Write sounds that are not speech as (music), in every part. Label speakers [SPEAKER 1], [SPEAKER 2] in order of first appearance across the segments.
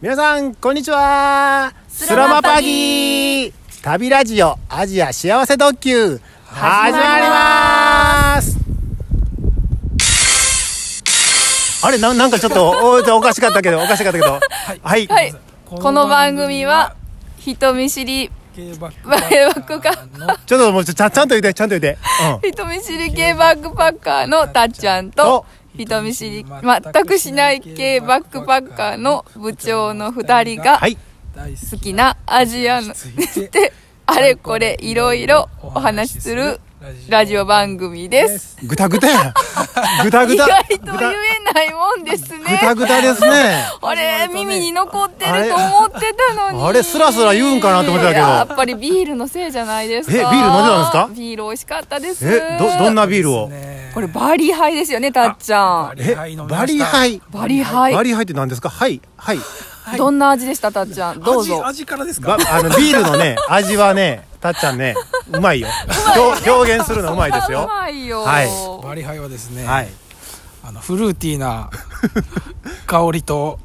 [SPEAKER 1] 皆さん、こんにちはスラマパギー旅ラジオアジア幸せ特急始まりますあれな、なんかちょっ (laughs) とおおかしかったけど、おかしかったけど。はい。
[SPEAKER 2] はい。この番組は、人見知り、
[SPEAKER 3] 軽バック
[SPEAKER 2] バックパッカーの、
[SPEAKER 1] ちょっともうちょちゃんちゃんと言って、ちゃんと言って。うん。
[SPEAKER 2] 人見知り系バックパッカーのたっちゃん
[SPEAKER 1] お
[SPEAKER 2] と、人見知り全くしない系バックパッカーの部長の二人が
[SPEAKER 1] は、い。
[SPEAKER 3] 大好
[SPEAKER 2] 好きなアジアの、 (laughs) で、あれこれいろいろお話しするラジオ番組です。
[SPEAKER 1] ぐたぐた
[SPEAKER 2] (laughs)
[SPEAKER 1] や。ぐたぐ
[SPEAKER 2] 意
[SPEAKER 1] た。
[SPEAKER 2] 外
[SPEAKER 1] ぐ
[SPEAKER 2] と
[SPEAKER 1] た
[SPEAKER 2] 言えないもんです
[SPEAKER 1] ぐた
[SPEAKER 2] ね。
[SPEAKER 1] ぐたですね。
[SPEAKER 2] あれ、耳に残ってると思ってたのに。
[SPEAKER 1] あれスラスラ言うんかなと思ってたけど
[SPEAKER 2] やっぱりビールのせいじゃないですか。
[SPEAKER 1] えビール飲んでたんですか
[SPEAKER 2] ビール美味しかったです。
[SPEAKER 1] え、ど、どんなビールを
[SPEAKER 2] これバリハイですよね、たっちゃ
[SPEAKER 1] え、バリハイ。
[SPEAKER 2] ん。バリハイ。
[SPEAKER 1] バリハイって何ですかはい。はい。
[SPEAKER 2] どんな味でした、たっちゃん。どうぞ
[SPEAKER 3] 味。味からです
[SPEAKER 1] ば
[SPEAKER 3] か
[SPEAKER 1] あのビールのね味はねたっちゃんねうまいよ表表現するのうまいです
[SPEAKER 2] う
[SPEAKER 1] よ
[SPEAKER 2] まいよ。
[SPEAKER 1] はい
[SPEAKER 3] バリハイはですね、
[SPEAKER 1] はい
[SPEAKER 3] あのフルーティ
[SPEAKER 1] (laughs)
[SPEAKER 3] ーな香りと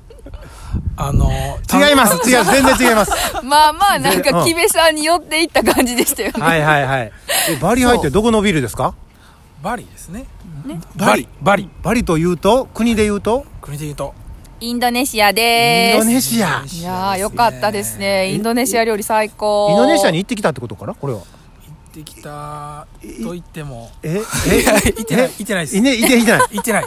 [SPEAKER 3] あの
[SPEAKER 1] 違います違う全然違います
[SPEAKER 2] まあまあ、なん
[SPEAKER 1] う
[SPEAKER 2] か、
[SPEAKER 1] ん
[SPEAKER 2] 木部さんに寄っていった感じでしたよね。
[SPEAKER 1] はいはいはいえバリハイってどこのビールですか
[SPEAKER 3] バリですね
[SPEAKER 2] ね
[SPEAKER 3] バリバリ
[SPEAKER 1] バリというと国でいうと
[SPEAKER 3] 国で言うと
[SPEAKER 2] インドネシア
[SPEAKER 1] イ
[SPEAKER 2] で
[SPEAKER 1] ン
[SPEAKER 2] す。
[SPEAKER 1] ドネシア
[SPEAKER 2] いやー、よかったですね。インドネシア料理最高。
[SPEAKER 1] インドネシアに行ってきたってことかなこれは
[SPEAKER 3] 行ってきたと言っても
[SPEAKER 1] え
[SPEAKER 3] いや行ってない行ってないで
[SPEAKER 1] (laughs) えい
[SPEAKER 3] す
[SPEAKER 1] ねいていてない
[SPEAKER 3] 行ってない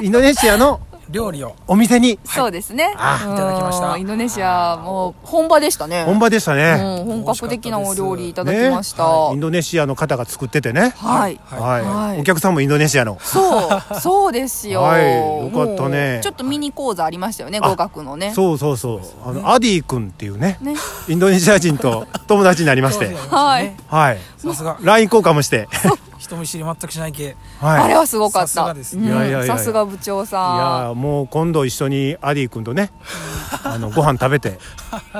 [SPEAKER 1] インドネシアの
[SPEAKER 3] 料理を
[SPEAKER 1] お店に
[SPEAKER 2] そうですね。
[SPEAKER 1] あ
[SPEAKER 2] うん
[SPEAKER 3] いただきました
[SPEAKER 2] インドネシアもう本場でしたね。
[SPEAKER 1] 本場でしたね、
[SPEAKER 2] うん、本格的なお料理いただき
[SPEAKER 1] ね
[SPEAKER 2] ました。
[SPEAKER 1] インドネシアの方が作っててね
[SPEAKER 2] はい。
[SPEAKER 1] はい、
[SPEAKER 2] はい
[SPEAKER 1] お客さんもインドネシアの
[SPEAKER 2] そう、そうですよ。
[SPEAKER 1] はいよかったね
[SPEAKER 2] もうちょっとミニ講座ありましたよね、
[SPEAKER 1] あ
[SPEAKER 2] 語学のね。
[SPEAKER 1] そうそうそうあのアディ君っていうね
[SPEAKER 2] ね。
[SPEAKER 1] インドネシア人 (laughs) と友達になりまして
[SPEAKER 2] はい。
[SPEAKER 1] はい
[SPEAKER 3] さすが
[SPEAKER 1] LINE 交換もして
[SPEAKER 3] 人見知り全くしない系
[SPEAKER 2] あ
[SPEAKER 1] はい
[SPEAKER 2] れはすごかった。
[SPEAKER 3] さすがです
[SPEAKER 2] うん
[SPEAKER 1] いやいやいやいや
[SPEAKER 2] さすが部長
[SPEAKER 1] い
[SPEAKER 2] さ
[SPEAKER 1] やーもう今度一緒にアディ君と (laughs) ねあのご飯食べて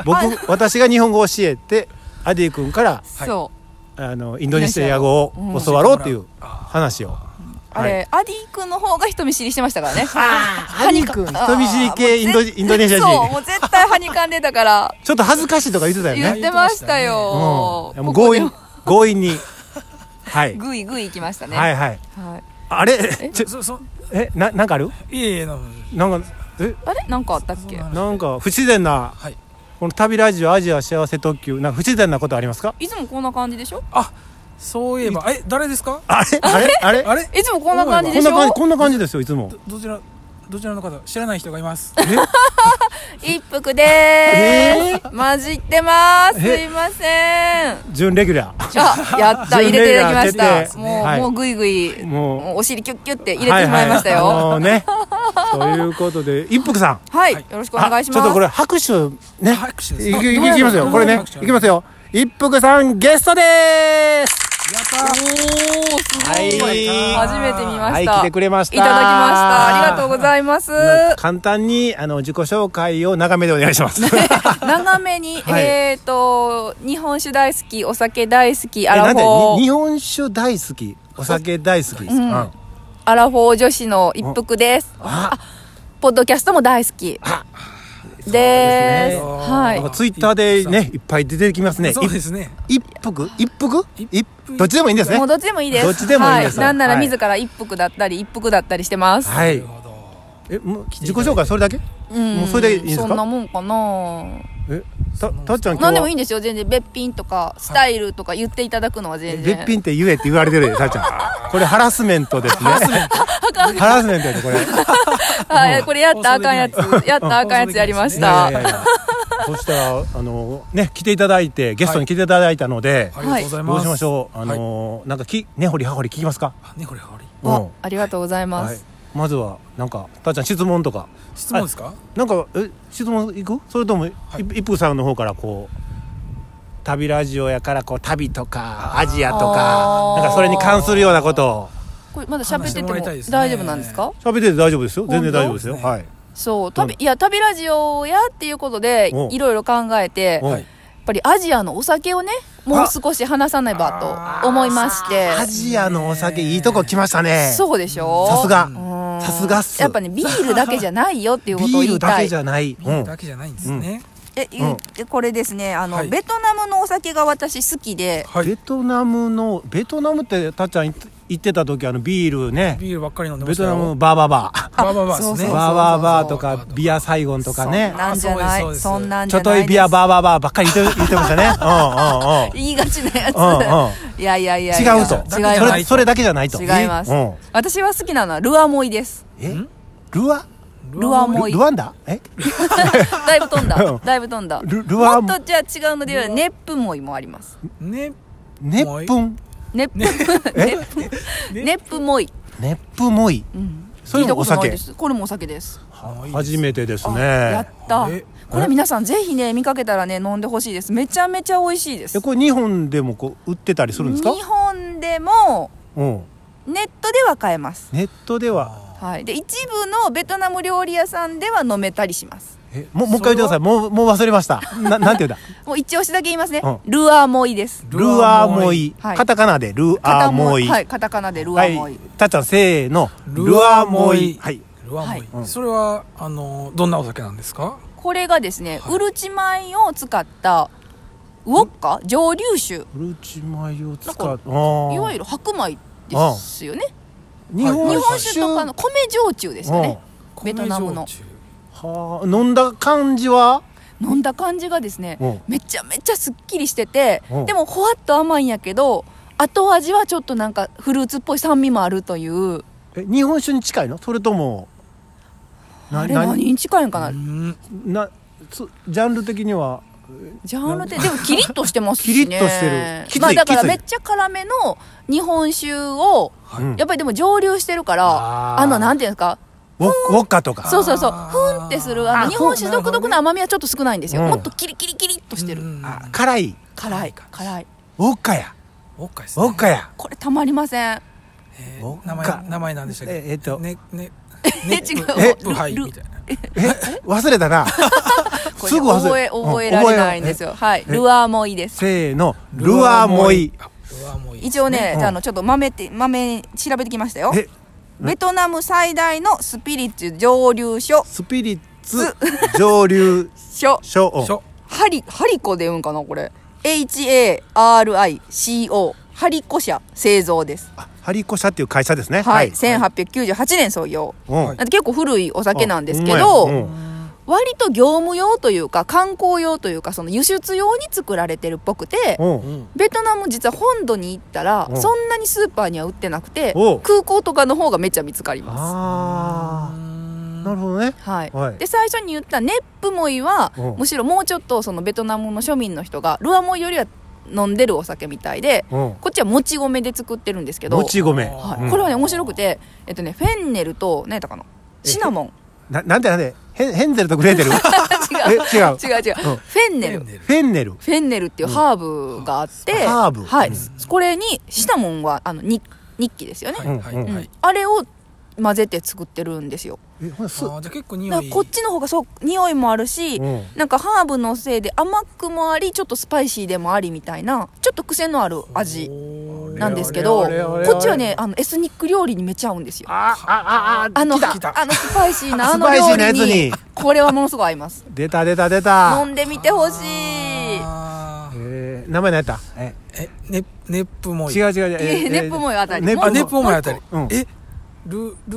[SPEAKER 1] 僕私が日本語を教えてアディ君から
[SPEAKER 2] ん。そう。
[SPEAKER 1] あのインドネシア語を教わろうっていう話を
[SPEAKER 2] あれ、アディ君の方が人見知りしてまし
[SPEAKER 1] (laughs)
[SPEAKER 2] たからね。
[SPEAKER 1] あ
[SPEAKER 2] ア
[SPEAKER 1] ディ君人見知り系インドインドネシア
[SPEAKER 2] そう、も
[SPEAKER 1] 人
[SPEAKER 2] う絶対はにかんでたから、
[SPEAKER 1] ちょっと恥ず (laughs) かしいとか言ってたよ
[SPEAKER 2] 言っ
[SPEAKER 1] ね
[SPEAKER 2] てました
[SPEAKER 1] うん
[SPEAKER 2] よ
[SPEAKER 1] い。やもう強引
[SPEAKER 2] ここ
[SPEAKER 1] 強引 (laughs) にはい
[SPEAKER 2] でも。ぐいぐい行きましたね。
[SPEAKER 1] はいはい
[SPEAKER 2] はい。
[SPEAKER 1] あれちょ
[SPEAKER 3] そそ
[SPEAKER 1] えななんかある
[SPEAKER 3] いえいえな
[SPEAKER 1] なんかえ
[SPEAKER 2] あれなんかあったっけ
[SPEAKER 3] そんな
[SPEAKER 1] なんか不自然な
[SPEAKER 3] はい
[SPEAKER 1] この旅ラジオアジア幸せ特急なんか不自然なことありますか
[SPEAKER 2] いつもこんな感じでしょ
[SPEAKER 3] あそういえばえ誰ですか
[SPEAKER 1] あれあれあれ
[SPEAKER 3] あれ
[SPEAKER 2] いつもこんな感じ
[SPEAKER 1] こ
[SPEAKER 2] で
[SPEAKER 1] ん
[SPEAKER 2] し
[SPEAKER 1] な感じ
[SPEAKER 2] ょ
[SPEAKER 1] こんな感じですよいつも
[SPEAKER 3] どちらどちらの方知らない人がいます
[SPEAKER 2] 一服でーす。混じってます。す
[SPEAKER 1] え
[SPEAKER 2] いません。
[SPEAKER 1] 準レギュラー
[SPEAKER 2] あ、やった。入れていただきました。
[SPEAKER 1] 準
[SPEAKER 2] も
[SPEAKER 1] レギュ
[SPEAKER 2] う、
[SPEAKER 1] ラー決定
[SPEAKER 2] もうぐいぐい、
[SPEAKER 1] もう
[SPEAKER 2] もうお尻キュッキュッて入れてしまいました
[SPEAKER 1] はは
[SPEAKER 2] よ。
[SPEAKER 1] もうねということで一服さん
[SPEAKER 2] はい。よ
[SPEAKER 3] はい
[SPEAKER 2] ろしくお願いします。
[SPEAKER 1] あちょっとこれ拍手ね
[SPEAKER 3] 拍手です
[SPEAKER 1] い
[SPEAKER 3] あ
[SPEAKER 1] きい
[SPEAKER 2] どうやる
[SPEAKER 1] きますよこれね
[SPEAKER 3] 拍手
[SPEAKER 1] いきますよ一服さんゲストでーす
[SPEAKER 3] やったー
[SPEAKER 2] おー、すごい。
[SPEAKER 1] はい
[SPEAKER 2] 初めて見ま
[SPEAKER 1] は
[SPEAKER 2] し
[SPEAKER 1] い
[SPEAKER 2] た。
[SPEAKER 1] 来てくれました
[SPEAKER 2] いただきました。ありがとうございます。
[SPEAKER 1] 簡単にあの自己紹介を長めでお願いします (laughs)
[SPEAKER 2] 長めに、
[SPEAKER 1] はい
[SPEAKER 2] えっと、日本酒大好き、お酒大好き、
[SPEAKER 1] え
[SPEAKER 2] ア
[SPEAKER 1] な
[SPEAKER 2] ラ
[SPEAKER 1] ん
[SPEAKER 2] フ
[SPEAKER 1] で
[SPEAKER 2] ォ
[SPEAKER 1] に
[SPEAKER 2] ー、
[SPEAKER 1] 日本酒大好きお酒大好きです、うんあ
[SPEAKER 2] アラフォー女子の一服です。あ、ポッドキャストも大好き。で
[SPEAKER 1] ね
[SPEAKER 2] す。は
[SPEAKER 1] なん
[SPEAKER 2] い
[SPEAKER 1] か。ツイッターでねいっぱい出てきますね
[SPEAKER 3] そうですね
[SPEAKER 1] 一服一服
[SPEAKER 3] 一
[SPEAKER 1] 一どっちでもいいんですね
[SPEAKER 2] もうどっちでもいいです。
[SPEAKER 1] どっちでもいいです
[SPEAKER 2] はなんなら
[SPEAKER 1] はい
[SPEAKER 2] 自ら一服だったり、一服だったりしてます。
[SPEAKER 1] は
[SPEAKER 3] ないるほど
[SPEAKER 1] えもう自己紹介それだけ
[SPEAKER 2] うん
[SPEAKER 1] もうそれでいいんですか
[SPEAKER 2] そんなもんかな。
[SPEAKER 1] えたたっちゃん今
[SPEAKER 2] なんでもいい
[SPEAKER 1] 日
[SPEAKER 2] んですよ。全然、べっぴんとか、スタイルとか言っていただくのは全
[SPEAKER 1] べ
[SPEAKER 2] 然。
[SPEAKER 1] っぴんって言えって言われてるよたっちゃんこれハラスメントですねハラスメントやでこれい
[SPEAKER 2] はい、これやったらあかんやつ
[SPEAKER 3] 放送。
[SPEAKER 2] やったらあかんやつやりまし
[SPEAKER 1] や
[SPEAKER 2] た
[SPEAKER 1] い。やいやそしたらあのね来ていただいてゲストに来ていただいたので、
[SPEAKER 3] ありがとうござ
[SPEAKER 1] ど
[SPEAKER 3] います
[SPEAKER 1] うしましょうあの、なんかき根掘り葉掘り聞きますか
[SPEAKER 3] あねこれこれ
[SPEAKER 2] わ
[SPEAKER 1] うん
[SPEAKER 2] ありがとうございま
[SPEAKER 1] はい
[SPEAKER 2] す。、
[SPEAKER 1] まずはなんかたっちゃん質問とか
[SPEAKER 3] 質問ですか
[SPEAKER 1] なんかえ質問いくそれとも、い
[SPEAKER 3] い
[SPEAKER 1] 一風さんの方からこう旅ラジオやからこう旅とかアジアとか
[SPEAKER 2] あー
[SPEAKER 1] なんかそれに関するようなことを
[SPEAKER 2] これまだ喋ってて
[SPEAKER 3] 話しても
[SPEAKER 2] も
[SPEAKER 3] らいたいですね
[SPEAKER 2] 大丈夫なんですか
[SPEAKER 1] 喋ってて大丈夫ですよ
[SPEAKER 2] 本
[SPEAKER 1] 全然
[SPEAKER 2] 当
[SPEAKER 1] 大丈夫ですよはい
[SPEAKER 2] そう、旅、いや、旅ラジオやっていうことで
[SPEAKER 1] お、
[SPEAKER 2] いろいろ考えて、
[SPEAKER 1] うん
[SPEAKER 3] はい
[SPEAKER 2] やっぱりアジアのお酒をね、もう少し話さねばと思いまして。
[SPEAKER 1] アジアのお酒いいとこ来ましたね
[SPEAKER 2] そうでしょ
[SPEAKER 1] さすが
[SPEAKER 2] うんー
[SPEAKER 1] さすがっす
[SPEAKER 2] やっぱね、ビールだけじゃないよっていうことを
[SPEAKER 1] ビー
[SPEAKER 2] 言い
[SPEAKER 1] ル
[SPEAKER 2] た
[SPEAKER 1] だ
[SPEAKER 2] い。
[SPEAKER 1] けじゃない。
[SPEAKER 3] ビールだけじゃないんですね。
[SPEAKER 2] え、言ってこれですね、あの、
[SPEAKER 3] はい
[SPEAKER 2] ベトナムのお酒が私好きで、
[SPEAKER 3] はい。
[SPEAKER 1] ベ
[SPEAKER 3] ビ
[SPEAKER 1] トナムのベトナムってたっちゃんい行ってた時あのビールね
[SPEAKER 3] ールばっかり飲んでま
[SPEAKER 1] ベ
[SPEAKER 3] した
[SPEAKER 1] トナ
[SPEAKER 3] よ。
[SPEAKER 1] ムのバーバーバー
[SPEAKER 3] バーバーバーです
[SPEAKER 2] そうそう
[SPEAKER 3] ね。
[SPEAKER 1] バーバーバーと
[SPEAKER 3] バー
[SPEAKER 1] か
[SPEAKER 3] バーバー
[SPEAKER 1] ビアサイゴンとかね
[SPEAKER 2] そんなんじゃない。
[SPEAKER 3] あそう
[SPEAKER 2] そ
[SPEAKER 3] です
[SPEAKER 2] んなん
[SPEAKER 1] ち
[SPEAKER 2] じ
[SPEAKER 1] ょ
[SPEAKER 2] ゃ
[SPEAKER 1] っ
[SPEAKER 2] ない
[SPEAKER 1] と
[SPEAKER 2] です。
[SPEAKER 1] いビアバーバーバーばっかり言って言ってました
[SPEAKER 2] (laughs)
[SPEAKER 1] ねうんうんうん
[SPEAKER 2] 言いがちなやつ。
[SPEAKER 1] う
[SPEAKER 2] いやいやいやいや
[SPEAKER 1] 違うと
[SPEAKER 2] 違い
[SPEAKER 1] そ
[SPEAKER 2] ま
[SPEAKER 3] だけじゃな
[SPEAKER 1] れ
[SPEAKER 2] す。
[SPEAKER 3] い
[SPEAKER 1] それだけじゃないと
[SPEAKER 2] 違います
[SPEAKER 1] うん
[SPEAKER 2] 私は好きなのはルアモ
[SPEAKER 1] (laughs)
[SPEAKER 2] イです。
[SPEAKER 1] え
[SPEAKER 3] ん
[SPEAKER 1] ルア
[SPEAKER 2] ルアモイ。
[SPEAKER 1] ルワンダえ
[SPEAKER 2] だいぶ飛ん
[SPEAKER 1] う
[SPEAKER 2] だ
[SPEAKER 1] ん。
[SPEAKER 2] だいぶ飛んだ。
[SPEAKER 1] ルルア
[SPEAKER 2] もっとじゃあ違うので言うと、ネップモイもあります。
[SPEAKER 3] ね。
[SPEAKER 1] ネップン
[SPEAKER 2] ネッ (laughs) プ、ネップ、ネップモイ。
[SPEAKER 1] ネップモイ
[SPEAKER 2] うん。
[SPEAKER 1] それもお
[SPEAKER 2] 聞いたことない
[SPEAKER 1] 酒
[SPEAKER 2] です。これもお酒です。
[SPEAKER 1] 初めてです
[SPEAKER 2] あやっ
[SPEAKER 1] ね
[SPEAKER 2] た
[SPEAKER 3] え。
[SPEAKER 2] これ皆さんぜひね、見かけたらね、飲んでほしいです。めちゃめちゃ美味しいです
[SPEAKER 1] え。これ日本でもこう売ってたりするんですか
[SPEAKER 2] 日本でも、
[SPEAKER 1] うん
[SPEAKER 2] ネットでは買えます。
[SPEAKER 1] ネットでは
[SPEAKER 2] はい。で、一部のベトナム料理屋さんでは飲めたりします。
[SPEAKER 1] えもうもう一回言ってくださいもうもう忘れました (laughs) ななんて言うんだ
[SPEAKER 2] もう一押しだけ言いますね。
[SPEAKER 1] う
[SPEAKER 2] ルアーモイです。
[SPEAKER 1] ルアモイ。
[SPEAKER 2] はい
[SPEAKER 1] カタカナでルアモイ。
[SPEAKER 2] はい、カタカナでルア
[SPEAKER 1] は
[SPEAKER 2] ー
[SPEAKER 1] い
[SPEAKER 2] モイ。。
[SPEAKER 1] たっちゃん、せーの。
[SPEAKER 3] ルアモイ
[SPEAKER 1] はい。
[SPEAKER 3] ルアモイ
[SPEAKER 1] はい
[SPEAKER 3] それはあのどんなお酒なんですか？
[SPEAKER 2] これがですね、
[SPEAKER 3] はい
[SPEAKER 2] ウルチ米を使ったウォッカ蒸留酒
[SPEAKER 1] フルチマヨ使
[SPEAKER 2] なん
[SPEAKER 1] う。あ
[SPEAKER 2] いわゆる白米ですよね
[SPEAKER 1] 日
[SPEAKER 2] 日
[SPEAKER 1] 本
[SPEAKER 2] 本
[SPEAKER 1] 酒
[SPEAKER 2] 酒とかの米焼酎ですよね
[SPEAKER 3] 米
[SPEAKER 2] ベトナムの
[SPEAKER 3] 焼酎
[SPEAKER 1] はあ、飲んだ感じは
[SPEAKER 2] 飲んだ感じがですね
[SPEAKER 1] うん
[SPEAKER 2] めちゃめちゃすっきりしてて
[SPEAKER 1] うん
[SPEAKER 2] でもほわっと甘いんやけど後味はちょっとなんかフルーツっぽい酸味もあるという
[SPEAKER 1] え日本酒に近いのそれとも、
[SPEAKER 2] あれ何に近いんか
[SPEAKER 3] う
[SPEAKER 2] なん
[SPEAKER 1] な、そジャンル的には、
[SPEAKER 2] ジャンルででもキリッとしてますしね
[SPEAKER 1] キリッとしてるきつい
[SPEAKER 2] まあだから
[SPEAKER 1] きつい
[SPEAKER 2] めっちゃ辛めの日本酒を
[SPEAKER 3] はい
[SPEAKER 1] うん
[SPEAKER 2] やっぱりでも蒸留してるから
[SPEAKER 1] あー
[SPEAKER 2] あのなんていうんですか
[SPEAKER 1] ウォウォッカとか。
[SPEAKER 2] そうそうそう
[SPEAKER 3] あー
[SPEAKER 2] ふんってするあ
[SPEAKER 3] あ
[SPEAKER 2] の日本酒
[SPEAKER 3] ふん
[SPEAKER 2] 独特の甘みはちょっと少ないんですよ、
[SPEAKER 1] うん
[SPEAKER 2] もっとキリキリキリっとしてる、
[SPEAKER 3] うん
[SPEAKER 1] あ辛い。
[SPEAKER 2] 辛い辛い
[SPEAKER 1] ウォッカや。
[SPEAKER 3] ウォッカです
[SPEAKER 1] ウ
[SPEAKER 3] ね。
[SPEAKER 1] ォッカや。
[SPEAKER 2] これたまりません
[SPEAKER 3] え
[SPEAKER 1] ウォッ
[SPEAKER 3] ー
[SPEAKER 1] カ
[SPEAKER 3] 名前名前なんでしたっけ？
[SPEAKER 1] ええっと
[SPEAKER 3] ねね
[SPEAKER 2] え
[SPEAKER 3] ね
[SPEAKER 2] 違う
[SPEAKER 3] え
[SPEAKER 2] ル
[SPEAKER 3] はい
[SPEAKER 2] ル
[SPEAKER 3] みたいな。
[SPEAKER 1] え、忘れたな。
[SPEAKER 2] (laughs) これ
[SPEAKER 1] すぐ忘
[SPEAKER 2] 覚
[SPEAKER 1] れ
[SPEAKER 2] え覚えられないんです
[SPEAKER 1] よ。
[SPEAKER 2] よはい
[SPEAKER 1] え
[SPEAKER 2] ルアーもいいで
[SPEAKER 1] うん
[SPEAKER 2] す
[SPEAKER 1] せーの、ルアモイ。
[SPEAKER 3] あルアモイ。
[SPEAKER 2] 一応ね、
[SPEAKER 1] うん
[SPEAKER 2] あのちょっと豆って豆調べてきましたよ
[SPEAKER 1] え、
[SPEAKER 2] ベトナム最大のスピリッツ蒸留所
[SPEAKER 1] スピリッツ蒸留
[SPEAKER 2] 所
[SPEAKER 1] 所
[SPEAKER 3] しょ
[SPEAKER 2] ハリハリコで言うんかなこれ HARICO ハリコ社製造です
[SPEAKER 1] あハリコ社っていう会社ですね
[SPEAKER 2] はい、1898年創業
[SPEAKER 1] うん
[SPEAKER 3] はい
[SPEAKER 2] なんで結構古いお酒なんですけ
[SPEAKER 1] あほ
[SPEAKER 2] ど、
[SPEAKER 1] んまやうん
[SPEAKER 2] 割と業務用というか観光用というかその輸出用に作られてるっぽくて
[SPEAKER 1] うん
[SPEAKER 3] うん
[SPEAKER 2] ベトナム実は本土に行ったら
[SPEAKER 1] うん
[SPEAKER 2] そんなにスーパーには売ってなくて
[SPEAKER 1] おう
[SPEAKER 2] 空港とかの方がめちゃ見つかります。
[SPEAKER 1] ああなる
[SPEAKER 3] ほ
[SPEAKER 1] ほどね
[SPEAKER 2] はい
[SPEAKER 1] はい
[SPEAKER 2] で最初に言ったネップモイは
[SPEAKER 1] うん
[SPEAKER 2] むしろもうちょっとそのベトナムの庶民の人がルアモイよりは飲んでるお酒みたいで
[SPEAKER 1] うん
[SPEAKER 2] こっちはもち米で作ってるんですけど、
[SPEAKER 1] もち米
[SPEAKER 2] は
[SPEAKER 1] う
[SPEAKER 2] い、
[SPEAKER 1] ん
[SPEAKER 2] これはね面白くて、えっとね、フェンネルと何やったかなシナモン
[SPEAKER 1] ななんてなんてヘンヘンゼルとグレーテル (laughs) フ
[SPEAKER 2] (laughs) 違う
[SPEAKER 1] え違う
[SPEAKER 2] 違う違う、
[SPEAKER 1] うん
[SPEAKER 2] フェンネル
[SPEAKER 1] ェンネル
[SPEAKER 2] フェンネルっていうハーブがあって、
[SPEAKER 1] うんハーブ
[SPEAKER 2] はい、
[SPEAKER 3] うん
[SPEAKER 2] これにシナモンはあのニニッキですよね、
[SPEAKER 3] は
[SPEAKER 1] うん
[SPEAKER 3] いはい
[SPEAKER 1] うん
[SPEAKER 2] う
[SPEAKER 3] は
[SPEAKER 2] ん
[SPEAKER 3] い。
[SPEAKER 2] あれを混ぜて作ってるんですよ
[SPEAKER 1] えほんす
[SPEAKER 3] あーじゃあ結構
[SPEAKER 2] だ
[SPEAKER 3] 匂
[SPEAKER 2] から
[SPEAKER 3] い。
[SPEAKER 2] こっちの方がそう匂いもあるし、
[SPEAKER 1] うん
[SPEAKER 2] なんかハーブのせいで甘くもありちょっとスパイシーでもありみたいなちょっと癖のある味なんですけど
[SPEAKER 1] あれあれあれあれ
[SPEAKER 2] こっちはねあのエスニック料理にめちゃ合うんですよ
[SPEAKER 1] ああああ
[SPEAKER 2] あの
[SPEAKER 3] 来た来た
[SPEAKER 2] あのスパイシーなあ
[SPEAKER 1] (laughs) ス
[SPEAKER 2] の
[SPEAKER 1] パイシーな
[SPEAKER 2] 料
[SPEAKER 1] やつ
[SPEAKER 2] 理に
[SPEAKER 1] に
[SPEAKER 2] これはものすごく合います
[SPEAKER 1] 出た出た出た
[SPEAKER 2] 飲んでみてほしい
[SPEAKER 3] あー
[SPEAKER 1] えー名前何やったえ
[SPEAKER 3] えねネップモイ。
[SPEAKER 1] 違う違う
[SPEAKER 2] いや
[SPEAKER 1] えー
[SPEAKER 2] ネップモイあたり
[SPEAKER 1] ネップ
[SPEAKER 3] あ
[SPEAKER 1] モイ
[SPEAKER 3] ネップモイあたり
[SPEAKER 1] うん。
[SPEAKER 3] えルル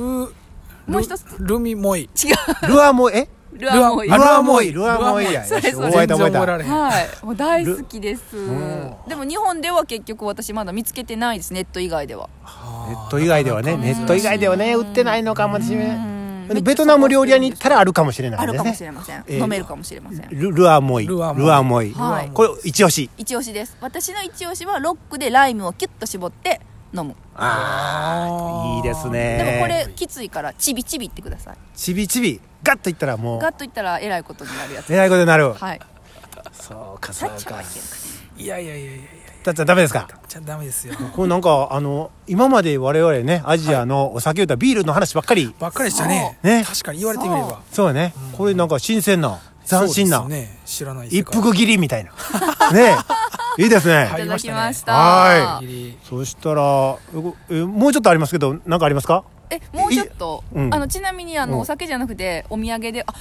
[SPEAKER 2] もう一つ
[SPEAKER 3] ルルミモイ。
[SPEAKER 2] 違う
[SPEAKER 1] ルアモイえ
[SPEAKER 2] ルアモイ
[SPEAKER 1] あ
[SPEAKER 3] あ
[SPEAKER 1] ル
[SPEAKER 3] ル
[SPEAKER 1] ア
[SPEAKER 3] ア
[SPEAKER 1] モ
[SPEAKER 3] モ
[SPEAKER 1] イ
[SPEAKER 3] イ
[SPEAKER 1] ルアモイや
[SPEAKER 2] それそれ
[SPEAKER 1] 覚えた覚え
[SPEAKER 3] 全然覚えら
[SPEAKER 1] た
[SPEAKER 3] れへん。
[SPEAKER 2] はい、もう大好きです
[SPEAKER 1] ん。
[SPEAKER 2] でも日本では結局私まだ見つけてないです、ネット以外では。
[SPEAKER 3] あー
[SPEAKER 1] ネット以外ではね
[SPEAKER 3] なか
[SPEAKER 1] ネ
[SPEAKER 3] なか
[SPEAKER 1] ット以外ではね売ってないのかもしれ
[SPEAKER 2] う
[SPEAKER 1] ない
[SPEAKER 2] ん
[SPEAKER 1] でベトナム料理屋に行ったらあるかもしれない
[SPEAKER 2] あ
[SPEAKER 1] で
[SPEAKER 2] る
[SPEAKER 1] す
[SPEAKER 2] かも
[SPEAKER 1] ね
[SPEAKER 2] しれません。
[SPEAKER 1] えー
[SPEAKER 2] 飲めるかもしれません。
[SPEAKER 1] ルルアモイル
[SPEAKER 3] ル
[SPEAKER 1] ア
[SPEAKER 3] アモイ
[SPEAKER 1] モイ
[SPEAKER 2] はい
[SPEAKER 1] これ一押し
[SPEAKER 2] 一押しです。私の一押しはロックでライムをキュッと絞って飲む。
[SPEAKER 1] あーいいですね
[SPEAKER 2] でもこれきついからちびちびってください。
[SPEAKER 1] ちびちびガッといったらも
[SPEAKER 2] ガッ
[SPEAKER 1] う
[SPEAKER 2] といったらえらいことになるやつ。
[SPEAKER 1] えらいことになる
[SPEAKER 2] はい。
[SPEAKER 1] そうかそ
[SPEAKER 2] さ
[SPEAKER 1] う
[SPEAKER 2] っちゃん
[SPEAKER 1] か
[SPEAKER 2] はいけるか
[SPEAKER 3] いやいやいやいやいや。
[SPEAKER 1] たっちゃんダメですか
[SPEAKER 3] じゃダメですよ。
[SPEAKER 1] これなんかあの今まで我々ねアジアのお酒歌ビールの話ばっかり
[SPEAKER 3] ばっかりでしたね。
[SPEAKER 1] そうね
[SPEAKER 3] 確かに言われてみれば。
[SPEAKER 1] そうやねこれなんか新鮮な斬新な
[SPEAKER 3] そうですね。知らない世
[SPEAKER 1] 一
[SPEAKER 3] 界。
[SPEAKER 1] 服切りみ
[SPEAKER 3] (laughs)
[SPEAKER 1] たいなねえいいです
[SPEAKER 2] い
[SPEAKER 1] ね
[SPEAKER 2] ただきました。
[SPEAKER 1] はい
[SPEAKER 3] ギリ
[SPEAKER 1] そしたらえごえもうちょっとありますけど何かありますか
[SPEAKER 2] えもうちょっと、
[SPEAKER 1] いうん
[SPEAKER 2] あのちなみにあ
[SPEAKER 1] う
[SPEAKER 2] の、
[SPEAKER 1] ん
[SPEAKER 2] お酒じゃなくてお土産であ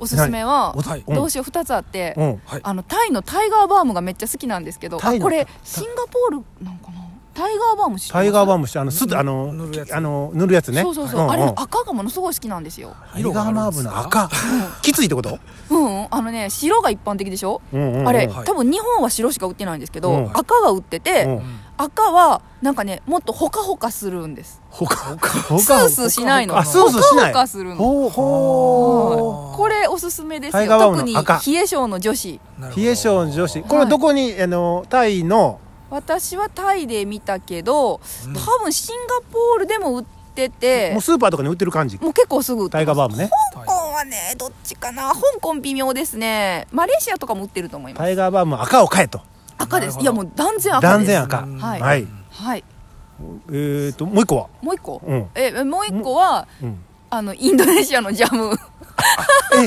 [SPEAKER 2] おすすめは
[SPEAKER 1] お
[SPEAKER 3] はい
[SPEAKER 1] うん
[SPEAKER 2] どうしよう2つあって、
[SPEAKER 1] うん
[SPEAKER 3] はい
[SPEAKER 2] あのタイのタイガーバームがめっちゃ好きなんですけど
[SPEAKER 1] タイ
[SPEAKER 2] あ
[SPEAKER 1] の
[SPEAKER 2] これ
[SPEAKER 1] タ
[SPEAKER 2] シンガポールなんかなタイガーバーム知ってま
[SPEAKER 1] タ
[SPEAKER 2] す
[SPEAKER 1] イガーバームしてあのすあの
[SPEAKER 3] 塗るやつ
[SPEAKER 1] あの塗るやつね
[SPEAKER 2] そうそうそう、
[SPEAKER 1] んん
[SPEAKER 2] あれの赤がものすごい好きなんですよ
[SPEAKER 1] タイガーバームの赤きついってこと
[SPEAKER 2] うん、うん、あのね白が一般的でしょ、
[SPEAKER 1] うんうんうん
[SPEAKER 2] あれ、
[SPEAKER 3] はい
[SPEAKER 2] 多分日本は白しか売ってないんですけど、
[SPEAKER 1] うん
[SPEAKER 2] 赤が売ってて、
[SPEAKER 1] うん
[SPEAKER 2] 赤はなんかねもっとほかほかするんです
[SPEAKER 1] ほかほか
[SPEAKER 2] スースーしないの
[SPEAKER 1] あスースーしない
[SPEAKER 2] ほかほかするの
[SPEAKER 1] ほうほ
[SPEAKER 2] はいこれおすすめです
[SPEAKER 1] タイガ
[SPEAKER 2] よ
[SPEAKER 1] ーバーム
[SPEAKER 2] 特
[SPEAKER 1] の
[SPEAKER 2] に
[SPEAKER 1] 赤
[SPEAKER 2] 冷え性の女子
[SPEAKER 1] う冷え性女子これはどこにあのタイの
[SPEAKER 2] 私はタイで見たけど
[SPEAKER 3] うん
[SPEAKER 2] 多分シンガポールでも売ってて
[SPEAKER 1] もうスーパーとかに売ってる感じ
[SPEAKER 2] もう結構すぐ売って
[SPEAKER 1] タイガーバームね
[SPEAKER 2] 香港はねどっちかな香港微妙ですねマレーシアとかも売ってると思いま
[SPEAKER 1] タ
[SPEAKER 2] す
[SPEAKER 1] イガーバーム赤を買えと
[SPEAKER 2] 赤です
[SPEAKER 3] なるほ
[SPEAKER 2] いや
[SPEAKER 3] ど
[SPEAKER 2] もう断然赤
[SPEAKER 1] 断
[SPEAKER 2] です
[SPEAKER 1] 然赤
[SPEAKER 3] うん
[SPEAKER 2] はい
[SPEAKER 1] はい
[SPEAKER 2] はい
[SPEAKER 1] えっともう一個は
[SPEAKER 2] もう一個
[SPEAKER 1] うん
[SPEAKER 2] えもう一個は
[SPEAKER 1] うん
[SPEAKER 2] あのインドネシアのジャム
[SPEAKER 3] ジ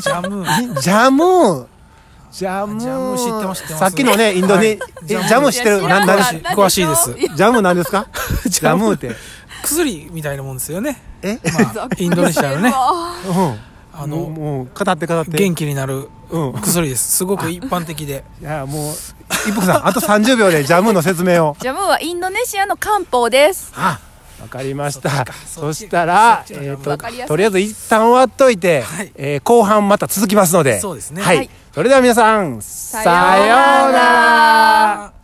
[SPEAKER 3] ャム
[SPEAKER 1] ジャムジャム
[SPEAKER 3] ジャム知ってます知ってます
[SPEAKER 1] さっきのねインド
[SPEAKER 3] はい
[SPEAKER 1] ネえジャム知ってる
[SPEAKER 2] いや
[SPEAKER 1] な
[SPEAKER 2] 知
[SPEAKER 1] んだ
[SPEAKER 2] らな
[SPEAKER 1] ろ
[SPEAKER 2] か
[SPEAKER 1] う
[SPEAKER 2] った
[SPEAKER 3] 詳しいです
[SPEAKER 2] しょ
[SPEAKER 1] ジャムなんです
[SPEAKER 3] (laughs)
[SPEAKER 1] かジャムって
[SPEAKER 3] 薬みたいなもんですよね
[SPEAKER 1] え (laughs)
[SPEAKER 3] まあインドネシアのね
[SPEAKER 1] うんも
[SPEAKER 3] あ
[SPEAKER 1] う
[SPEAKER 3] の
[SPEAKER 1] もう語って語って
[SPEAKER 3] 元気になる
[SPEAKER 1] うん
[SPEAKER 3] 薬ですすごく一般的で
[SPEAKER 1] いやもう一服さんあと30秒でジャムの説明を
[SPEAKER 2] ジャムはインドネシアの漢方です
[SPEAKER 1] あわかりました
[SPEAKER 3] そ
[SPEAKER 1] そ
[SPEAKER 3] っちかそっち
[SPEAKER 1] したら
[SPEAKER 3] そっち
[SPEAKER 1] え
[SPEAKER 3] の
[SPEAKER 1] っ
[SPEAKER 2] わかりや
[SPEAKER 1] と
[SPEAKER 2] すい
[SPEAKER 1] とりあえず一旦終わっといて
[SPEAKER 3] はい
[SPEAKER 1] えー後半また続きますので
[SPEAKER 3] そうですね
[SPEAKER 1] は
[SPEAKER 2] はいい
[SPEAKER 1] それでは皆さんさようなら
[SPEAKER 3] あ